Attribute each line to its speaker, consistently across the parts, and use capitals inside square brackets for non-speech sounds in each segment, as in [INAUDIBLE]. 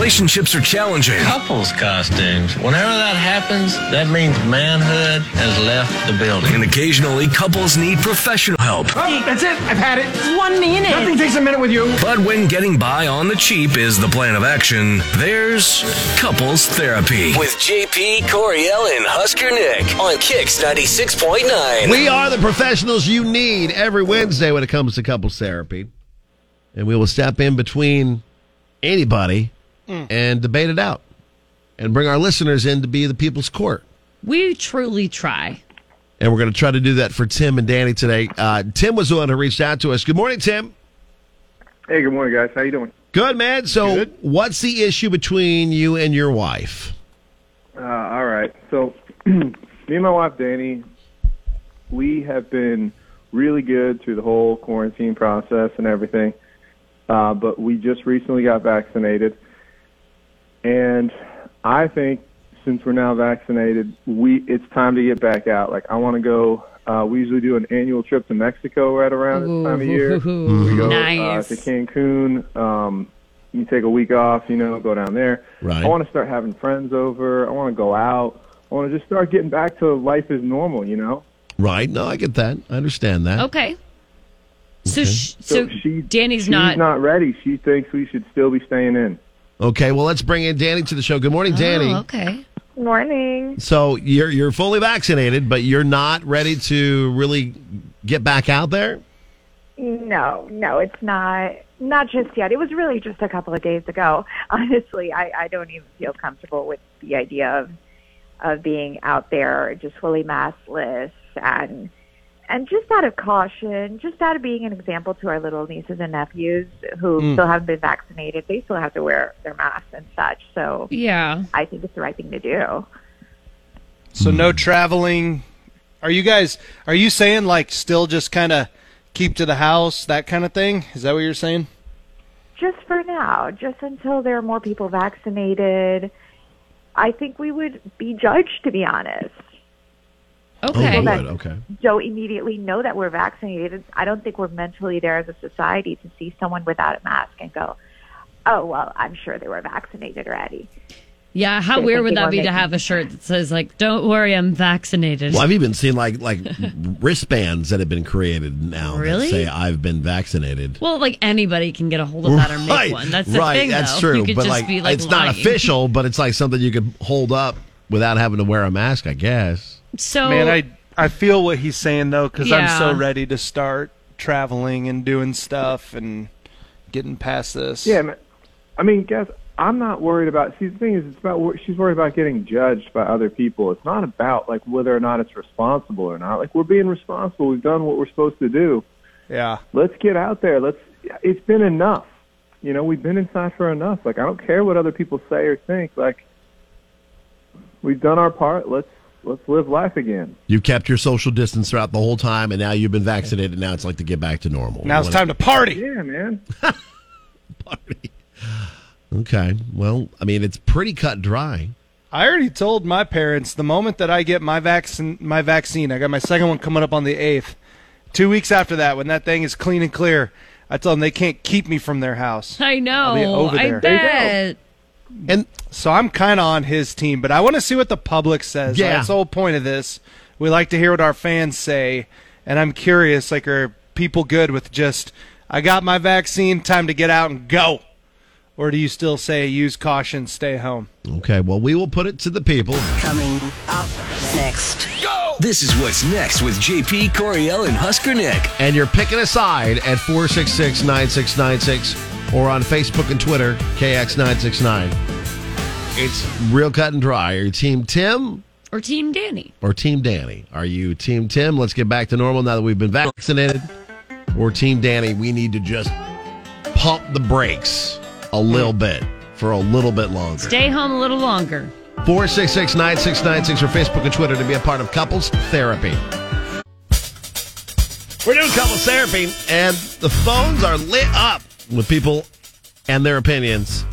Speaker 1: Relationships are challenging.
Speaker 2: couples costumes. Whenever that happens, that means manhood has left the building.
Speaker 1: And occasionally, couples need professional help.
Speaker 3: Oh, that's it. I've had it.
Speaker 4: One minute.
Speaker 3: Nothing takes a minute with you.
Speaker 1: But when getting by on the cheap is the plan of action, there's couples therapy.
Speaker 5: with JP Coriel and Husker Nick on Kicks 96.9.
Speaker 6: We are the professionals you need every Wednesday when it comes to couples therapy. And we will step in between anybody and debate it out and bring our listeners in to be the people's court.
Speaker 4: We truly try.
Speaker 6: And we're going to try to do that for Tim and Danny today. Uh, Tim was the one who reached out to us. Good morning, Tim.
Speaker 7: Hey, good morning, guys. How you doing?
Speaker 6: Good, man. So,
Speaker 7: Good.
Speaker 6: what's the issue between you and your wife?
Speaker 7: Uh, all right. So, [CLEARS THROAT] me and my wife, Danny, we have been really good through the whole quarantine process and everything. Uh, but we just recently got vaccinated, and I think since we're now vaccinated, we it's time to get back out. Like, I want to go. Uh, we usually do an annual trip to Mexico right around this time of year.
Speaker 4: Ooh,
Speaker 7: go
Speaker 4: nice.
Speaker 7: uh, to Cancun. Um, you take a week off, you know, go down there.
Speaker 6: Right.
Speaker 7: I want to start having friends over. I want to go out. I want to just start getting back to life as normal, you know.
Speaker 6: Right? No, I get that. I understand that.
Speaker 4: okay. So, sh- so,
Speaker 7: she,
Speaker 4: Danny's
Speaker 7: she's
Speaker 4: not.
Speaker 7: ready. She thinks we should still be staying in.
Speaker 6: Okay, well, let's bring in Danny to the show. Good morning, Danny.
Speaker 4: Oh, okay.
Speaker 8: Morning.
Speaker 6: So you're you're fully vaccinated, but you're not ready to really get back out there.
Speaker 8: No, no, it's not. Not just yet. It was really just a couple of days ago. [LAUGHS] Honestly, I, I don't even feel comfortable with the idea of of being out there just fully maskless and and just out of caution, just out of being an example to our little nieces and nephews who still haven't been vaccinated. They still have to wear their masks and such. So
Speaker 4: Yeah.
Speaker 8: I think it's the right thing to do.
Speaker 9: So no traveling. Are you guys? Are you saying like still just kind of keep to the house that kind of thing? Is that what you're saying?
Speaker 8: just for now, just until there are more people vaccinated. I think we would be judged, to be honest.
Speaker 4: Okay.
Speaker 8: Well,
Speaker 6: good.
Speaker 8: that-
Speaker 6: Oh, Okay.
Speaker 8: Don't immediately know that we're vaccinated. I don't think we're mentally there as a society to see someone without a mask and go, oh, well, I'm sure they were vaccinated already.
Speaker 4: yeah. How
Speaker 8: They
Speaker 4: weird
Speaker 8: think
Speaker 4: would
Speaker 8: they
Speaker 4: that
Speaker 8: were
Speaker 4: be to
Speaker 8: making-
Speaker 4: have a shirt that says like, "Don't worry, I'm vaccinated."
Speaker 6: Well, I've even seen like like [LAUGHS] wristbands that have been created now
Speaker 4: Really?
Speaker 6: that say I've been vaccinated.
Speaker 4: Well, like anybody can get a hold of that or make one. That's the
Speaker 6: right.
Speaker 4: thing,
Speaker 6: that's
Speaker 4: though.
Speaker 6: true.
Speaker 4: You could
Speaker 6: but
Speaker 4: just
Speaker 6: like,
Speaker 4: be like,
Speaker 6: it's
Speaker 4: lying.
Speaker 6: not official, but it's like something you could hold up without having to wear a mask. I guess.
Speaker 4: So,
Speaker 9: Man, I I feel what he's saying though, because I'm so
Speaker 4: Yeah.
Speaker 9: ready to start traveling and doing stuff and getting past this.
Speaker 7: Yeah, man. I mean, guess I'm not worried about. See, the thing is, it's about wor- she's worried about getting judged by other people. It's not about like whether or not it's responsible or not. Like we're being responsible. We've done what we're supposed to do.
Speaker 9: yeah.
Speaker 7: let's get out there. Let's. It's been enough. You know, we've been inside for enough. Like I don't care what other people say or think. Like we've done our part. Let's let's live life again.
Speaker 6: You've kept your social distance throughout the whole time, and now you've been vaccinated. Now it's like to get back to normal.
Speaker 9: Now it's time to party.
Speaker 7: Yeah, man.
Speaker 6: party. Okay. Well, I mean, it's pretty cut and dry.
Speaker 9: I already told my parents the moment that I get my vaccine, my vaccine, I got my second one coming up on the eighth. Two weeks after that, when that thing is clean and clear, I tell them they can't keep me from their house.
Speaker 4: I
Speaker 9: be
Speaker 4: know.
Speaker 9: over
Speaker 4: I
Speaker 9: there. There you go.
Speaker 4: bet.
Speaker 6: And
Speaker 9: So I'm kind of on his team, but I want to see what the public says.
Speaker 6: Yeah.
Speaker 9: Like, that's the whole point of this. We like to hear what our fans say, and I'm curious. Like, are people good with just I got my vaccine, time to get out and go, or do you still say use caution, stay home?
Speaker 6: Okay, well, we will put it to the people.
Speaker 10: Coming up next.
Speaker 5: This is what's next with JP Coriel and Husker Nick.
Speaker 6: And you're picking a side at 466 9696 or on Facebook and Twitter, KX969. It's real cut and dry. Are you Team Tim
Speaker 4: Or Team Danny.
Speaker 6: or Team Danny? Are you Team Tim? Let's get back to normal now that we've been vaccinated. Or Team Danny, we need to just pump the brakes a little bit for a little bit longer.
Speaker 4: Stay home a little longer.
Speaker 6: 466 9696 or Facebook and Twitter to be a part of Couples Therapy. We're doing Couples Therapy, and the phones are lit up with people and their opinions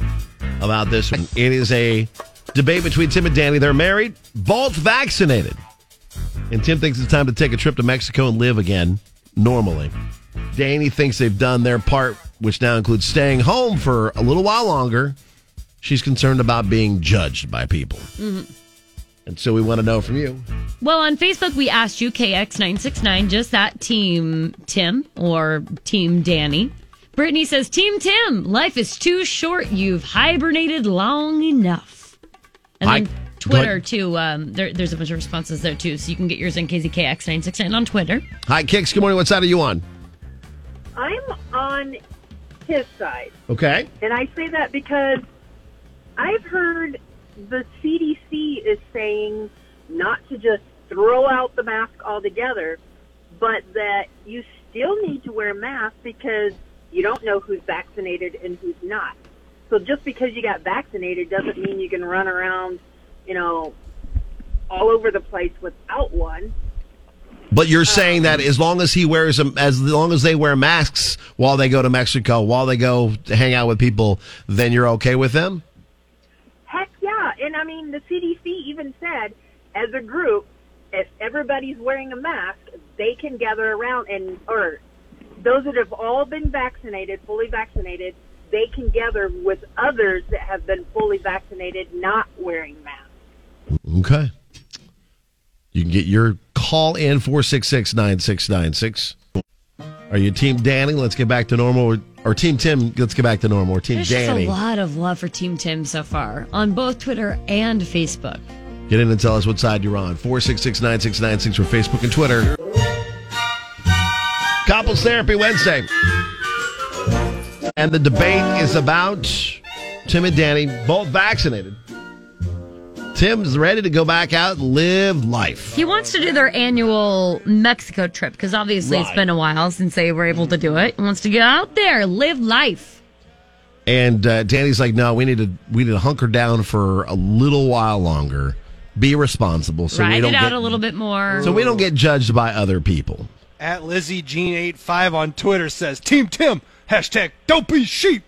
Speaker 6: about this one. It is a debate between Tim and Danny. They're married, both vaccinated. And Tim thinks it's time to take a trip to Mexico and live again normally. Danny thinks they've done their part, which now includes staying home for a little while longer She's concerned about being judged by people. And so we want to know from you.
Speaker 4: Well, on Facebook, we asked you, KX969, just that team Tim or team Danny. Brittany says, Team Tim, life is too short. You've hibernated long enough. And
Speaker 6: I-
Speaker 4: then Twitter, too. Um, there, there's a bunch of responses there, too. So you can get yours in KZKX969 on Twitter.
Speaker 6: Hi, Kicks. Good morning. What side are you on?
Speaker 11: I'm on his side.
Speaker 6: Okay.
Speaker 11: And I say that because I've heard the CDC is saying not to just throw out the mask altogether, but that you still need to wear masks because you don't know who's vaccinated and who's not. So just because you got vaccinated doesn't mean you can run around, you know, all over the place without one.
Speaker 6: But you're saying that as long as he wears them, as long as they wear masks while they go to Mexico, while they go to hang out with people, then you're okay with them?
Speaker 11: Heck yeah. And I mean, the CDC even said, as a group, if everybody's wearing a mask, they can gather around and, or those that have all been vaccinated, fully vaccinated, they can gather with others that have been fully vaccinated, not wearing masks.
Speaker 6: Okay. You can get your call in 466 9696. Are you Team Danny? Let's get back to normal. Or, or Team Tim? Let's get back to normal. Or Team
Speaker 4: There's
Speaker 6: Danny?
Speaker 4: just a lot of love for Team Tim so far on both Twitter and Facebook.
Speaker 6: Get in and tell us what side you're on. 466 9696 for Facebook and Twitter. Couples Therapy Wednesday. And the debate is about Tim and Danny, both vaccinated. Tim's ready to go back out and live life.
Speaker 4: He wants to do their annual Mexico trip because obviously it's
Speaker 6: Right.
Speaker 4: been a while since they were able to do it. He wants to get out there, live life.
Speaker 6: And uh, Danny's like, no, we need to we need to hunker down for a little while longer. Be responsible so we
Speaker 4: Ride
Speaker 6: don't
Speaker 4: it out
Speaker 6: get,
Speaker 4: a little bit more.
Speaker 6: so we don't get judged by other people.
Speaker 9: At Lizzie Jean 85 on Twitter says, Team Tim, hashtag don't be sheep.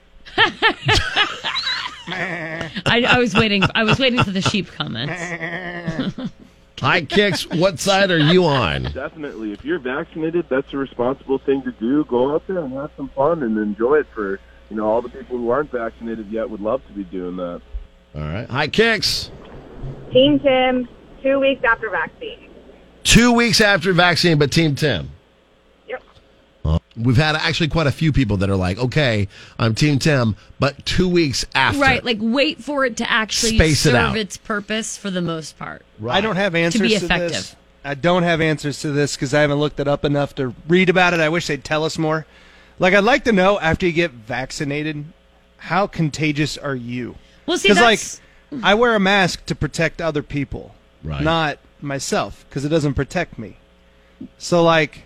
Speaker 4: I, I was waiting. I was waiting for the sheep comments.
Speaker 6: [LAUGHS] Hi, Kicks. What side are you on?
Speaker 12: Definitely. If you're vaccinated, that's a responsible thing to do. Go out there and have some fun and enjoy it for, you know, all the people who aren't vaccinated yet would love to be doing that.
Speaker 6: All right. Hi, Kicks.
Speaker 11: Team Tim, two weeks after vaccine.
Speaker 6: Two weeks after vaccine, but Team Tim.
Speaker 11: Yep.
Speaker 6: Uh, We've had actually quite a few people that are like, okay, I'm Team Tim, but two weeks after.
Speaker 4: Right, like wait for it to actually
Speaker 6: Space it
Speaker 4: serve
Speaker 6: out.
Speaker 4: its purpose for the most part.
Speaker 9: I don't have answers
Speaker 4: to be
Speaker 9: this.
Speaker 4: effective.
Speaker 9: I don't have answers to this because I haven't looked it up enough to read about it. I wish they'd tell us more. Like, I'd like to know after you get vaccinated, how contagious are you?
Speaker 4: Well, see,
Speaker 9: because
Speaker 4: that's-
Speaker 9: like, I wear a mask to protect other people,
Speaker 6: Right.
Speaker 9: not myself, because it doesn't protect me. So, like,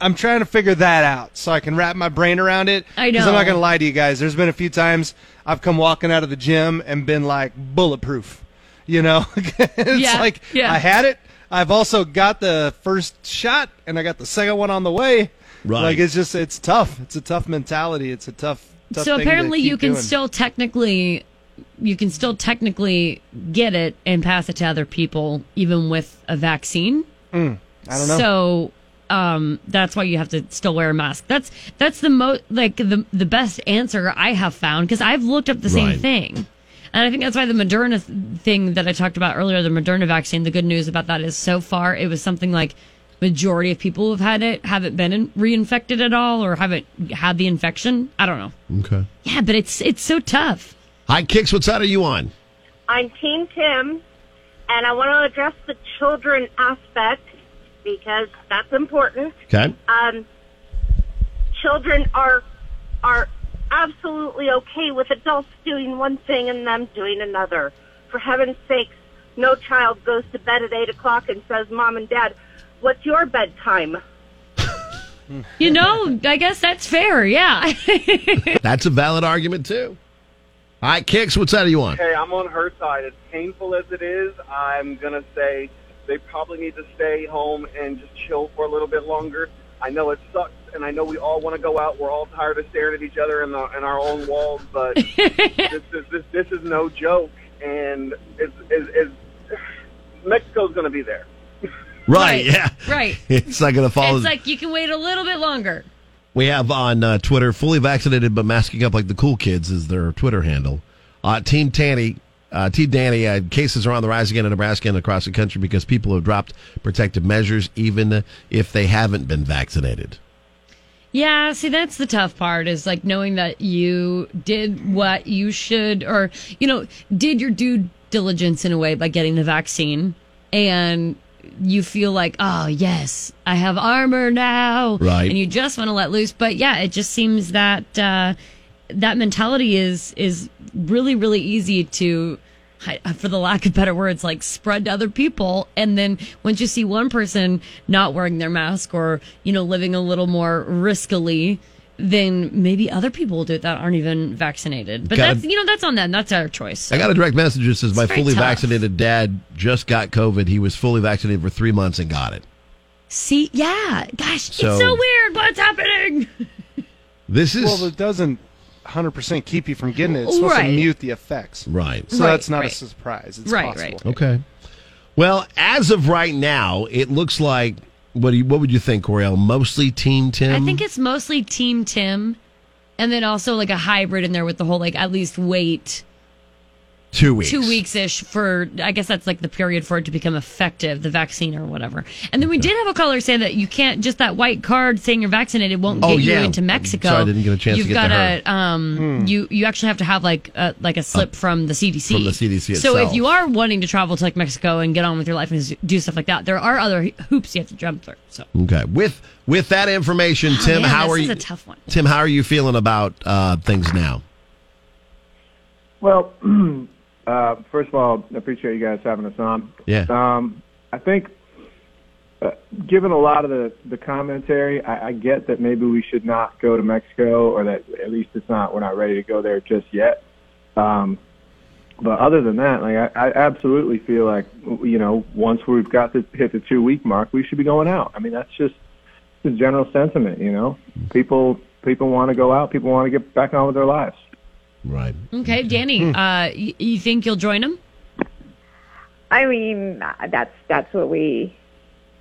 Speaker 9: I'm trying to figure that out so I can wrap my brain around it.
Speaker 4: I
Speaker 9: 'Cause I'm
Speaker 4: know.
Speaker 9: not gonna lie to you guys. There's been a few times I've come walking out of the gym and been like bulletproof. You know, [LAUGHS] it's
Speaker 4: Yeah,
Speaker 9: like
Speaker 4: yeah.
Speaker 9: I had it. I've also got the first shot and I got the second one on the way.
Speaker 6: Right.
Speaker 9: Like it's just it's tough. It's a tough mentality. It's a tough. tough
Speaker 4: so
Speaker 9: thing to
Speaker 4: apparently you
Speaker 9: keep
Speaker 4: can
Speaker 9: doing.
Speaker 4: still technically you can still technically get it and pass it to other people even with a vaccine.
Speaker 9: Mm, I don't know.
Speaker 4: So um, that's why you have to still wear a mask. That's that's the most like the the best answer I have found because I've looked up the
Speaker 6: Right.
Speaker 4: same thing. And I think that's why the Moderna th- thing that I talked about earlier, the Moderna vaccine, the good news about that is so far it was something like majority of people who've had it haven't been in- reinfected at all or haven't had the infection. I don't know.
Speaker 6: Okay.
Speaker 4: Yeah, but it's it's so tough.
Speaker 6: Hi, Kicks. What side are you on?
Speaker 11: I'm Team Tim, and I want to address the children aspect because that's important.
Speaker 6: Okay.
Speaker 11: um, children are are absolutely okay with adults doing one thing and them doing another. For heaven's sakes, no child goes to bed at eight o'clock and says, "Mom and Dad, what's your bedtime?"
Speaker 4: You know, I guess that's fair. Yeah. [LAUGHS]
Speaker 6: That's a valid argument, too. Hi, Kicks. What side are you on?
Speaker 12: Okay, I'm on her side. As painful as it is, I'm going to say they probably need to stay home and just chill for a little bit longer. I know it sucks, and I know we all want to go out. We're all tired of staring at each other and, the, and our own walls, but
Speaker 4: [LAUGHS]
Speaker 12: this, is, this, this is no joke. And it's, it's, it's, Mexico's going to be there.
Speaker 6: Right. Yeah.
Speaker 4: Right.
Speaker 6: [LAUGHS] It's not going to follow.
Speaker 4: It's like you can wait a little bit longer.
Speaker 6: We have on uh, Twitter, fully vaccinated but masking up like the cool kids is their Twitter handle. Uh, Team Tanny, uh, Team Danny, uh, cases are on the rise again in Nebraska and across the country because people have dropped protective measures, even if they haven't been vaccinated.
Speaker 4: Yeah, see, that's the tough part is like knowing that you did what you should, or, you know, did your due diligence in a way by getting the vaccine. And you feel like, oh, yes, I have armor now.
Speaker 6: Right.
Speaker 4: And you just want to let loose. But yeah, it just seems that, uh, that mentality is, is really, really easy to, I- for the lack of better words, like spread to other people. And then once you see one person not wearing their mask or, you know, living a little more riskily, then maybe other people will do it that aren't even vaccinated. But
Speaker 6: Gotta-
Speaker 4: that's, you know, that's on them. That's our choice.
Speaker 6: I got a direct message that says my
Speaker 4: very
Speaker 6: fully
Speaker 4: tough.
Speaker 6: vaccinated dad just got COVID. He was fully vaccinated for three months and got it.
Speaker 4: See, yeah. Gosh,
Speaker 6: So-
Speaker 4: it's so weird what's happening.
Speaker 6: This is
Speaker 9: well, it doesn't 100 percent keep you from getting it. It's supposed
Speaker 4: Right.
Speaker 9: to mute the effects,
Speaker 6: Right.
Speaker 9: So
Speaker 6: Right,
Speaker 9: that's not
Speaker 6: right.
Speaker 9: a surprise. It's
Speaker 4: Right,
Speaker 9: possible.
Speaker 4: right.
Speaker 6: Okay. Well, as of right now, it looks like what do you, what would you think, Coriel? Mostly Team Tim.
Speaker 4: I think it's mostly Team Tim. And then also like a hybrid in there with the whole like at least wait
Speaker 6: two weeks.
Speaker 4: two weeks ish for I guess that's like the period for it to become effective, the vaccine or whatever. And then we did have a caller say that you can't just that white card saying you're vaccinated won't
Speaker 6: Oh,
Speaker 4: get
Speaker 6: yeah.
Speaker 4: you into Mexico.
Speaker 6: Sorry, I didn't get a chance to
Speaker 4: You've
Speaker 6: get to
Speaker 4: got
Speaker 6: her.
Speaker 4: um,
Speaker 6: Hmm. Uh,
Speaker 4: you you actually have to have like a, like a slip from the CDC.
Speaker 6: from the CDC
Speaker 4: So
Speaker 6: itself.
Speaker 4: if you are wanting to travel to like Mexico and get on with your life and do stuff like that, there are other hoops you have to jump through. So
Speaker 6: Okay. With with that information,
Speaker 4: Oh,
Speaker 6: Tim,
Speaker 4: man,
Speaker 6: how
Speaker 4: this
Speaker 6: are
Speaker 4: is
Speaker 6: you?
Speaker 4: a tough one.
Speaker 6: Tim, how are you feeling about uh, things now?
Speaker 7: Well, [CLEARS THROAT] uh, first of all, I appreciate you guys having us on.
Speaker 6: Yeah.
Speaker 7: [LAUGHS]
Speaker 9: Uh,
Speaker 7: Um, I think, uh, given a lot of the, the commentary, I, I get that maybe we should not go to Mexico, or that at least it's not we're not ready to go there just yet. Um, but other than that, like I, I absolutely feel like you know once we've got to hit the two week mark, we should be going out. I mean that's just the general sentiment, you know. People people want to go out, people want to get back on with their lives.
Speaker 6: Right.
Speaker 4: okay,
Speaker 6: Hmm.
Speaker 4: Danny, uh, you, you think you'll join them?
Speaker 8: I mean, that's that's what we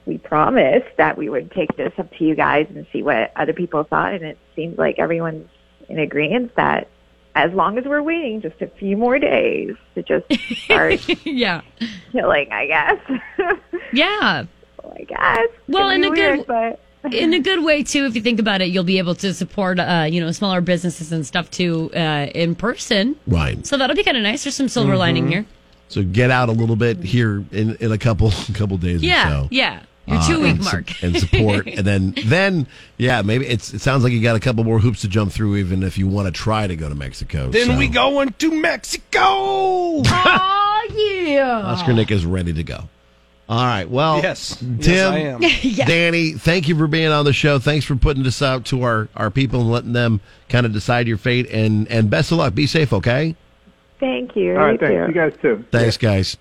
Speaker 8: we promised that we would take this up to you guys and see what other people thought, and it seems like everyone's in agreement that as long as we're waiting just a few more days
Speaker 4: [LAUGHS]
Speaker 8: to just start
Speaker 4: [LAUGHS] yeah
Speaker 8: killing, I guess. [LAUGHS]
Speaker 4: Yeah.
Speaker 8: I guess.
Speaker 4: Well,
Speaker 8: It'd
Speaker 4: in
Speaker 8: be
Speaker 4: a
Speaker 8: weird,
Speaker 4: good in a good way too. If you think about it, you'll be able to support uh, you know smaller businesses and stuff too uh, in person.
Speaker 6: Right.
Speaker 4: So that'll be kind of nice. There's some silver
Speaker 6: Mm-hmm.
Speaker 4: lining here.
Speaker 6: So get out a little bit here in, in a couple [LAUGHS] couple days or
Speaker 4: Yeah,
Speaker 6: so.
Speaker 4: yeah. Your
Speaker 6: Uh,
Speaker 4: two week
Speaker 6: and su-
Speaker 4: mark [LAUGHS]
Speaker 6: and support, and then then yeah, maybe it's it sounds like you got a couple more hoops to jump through, even if you want to try to go to Mexico.
Speaker 9: Then
Speaker 6: so.
Speaker 9: we going to Mexico.
Speaker 4: oh yeah.
Speaker 6: Oscar Nick is ready to go. All right. Well,
Speaker 9: Yes.
Speaker 6: Tim,
Speaker 9: Yes, I am. Yeah.
Speaker 6: Danny, thank you for being on the show. Thanks for putting this out to our, our people and letting them kind of decide your fate. And, and best of luck. Be safe, okay?
Speaker 8: Thank you.
Speaker 7: All right,
Speaker 8: You
Speaker 7: thanks.
Speaker 8: too.
Speaker 7: You guys too.
Speaker 6: Thanks, guys.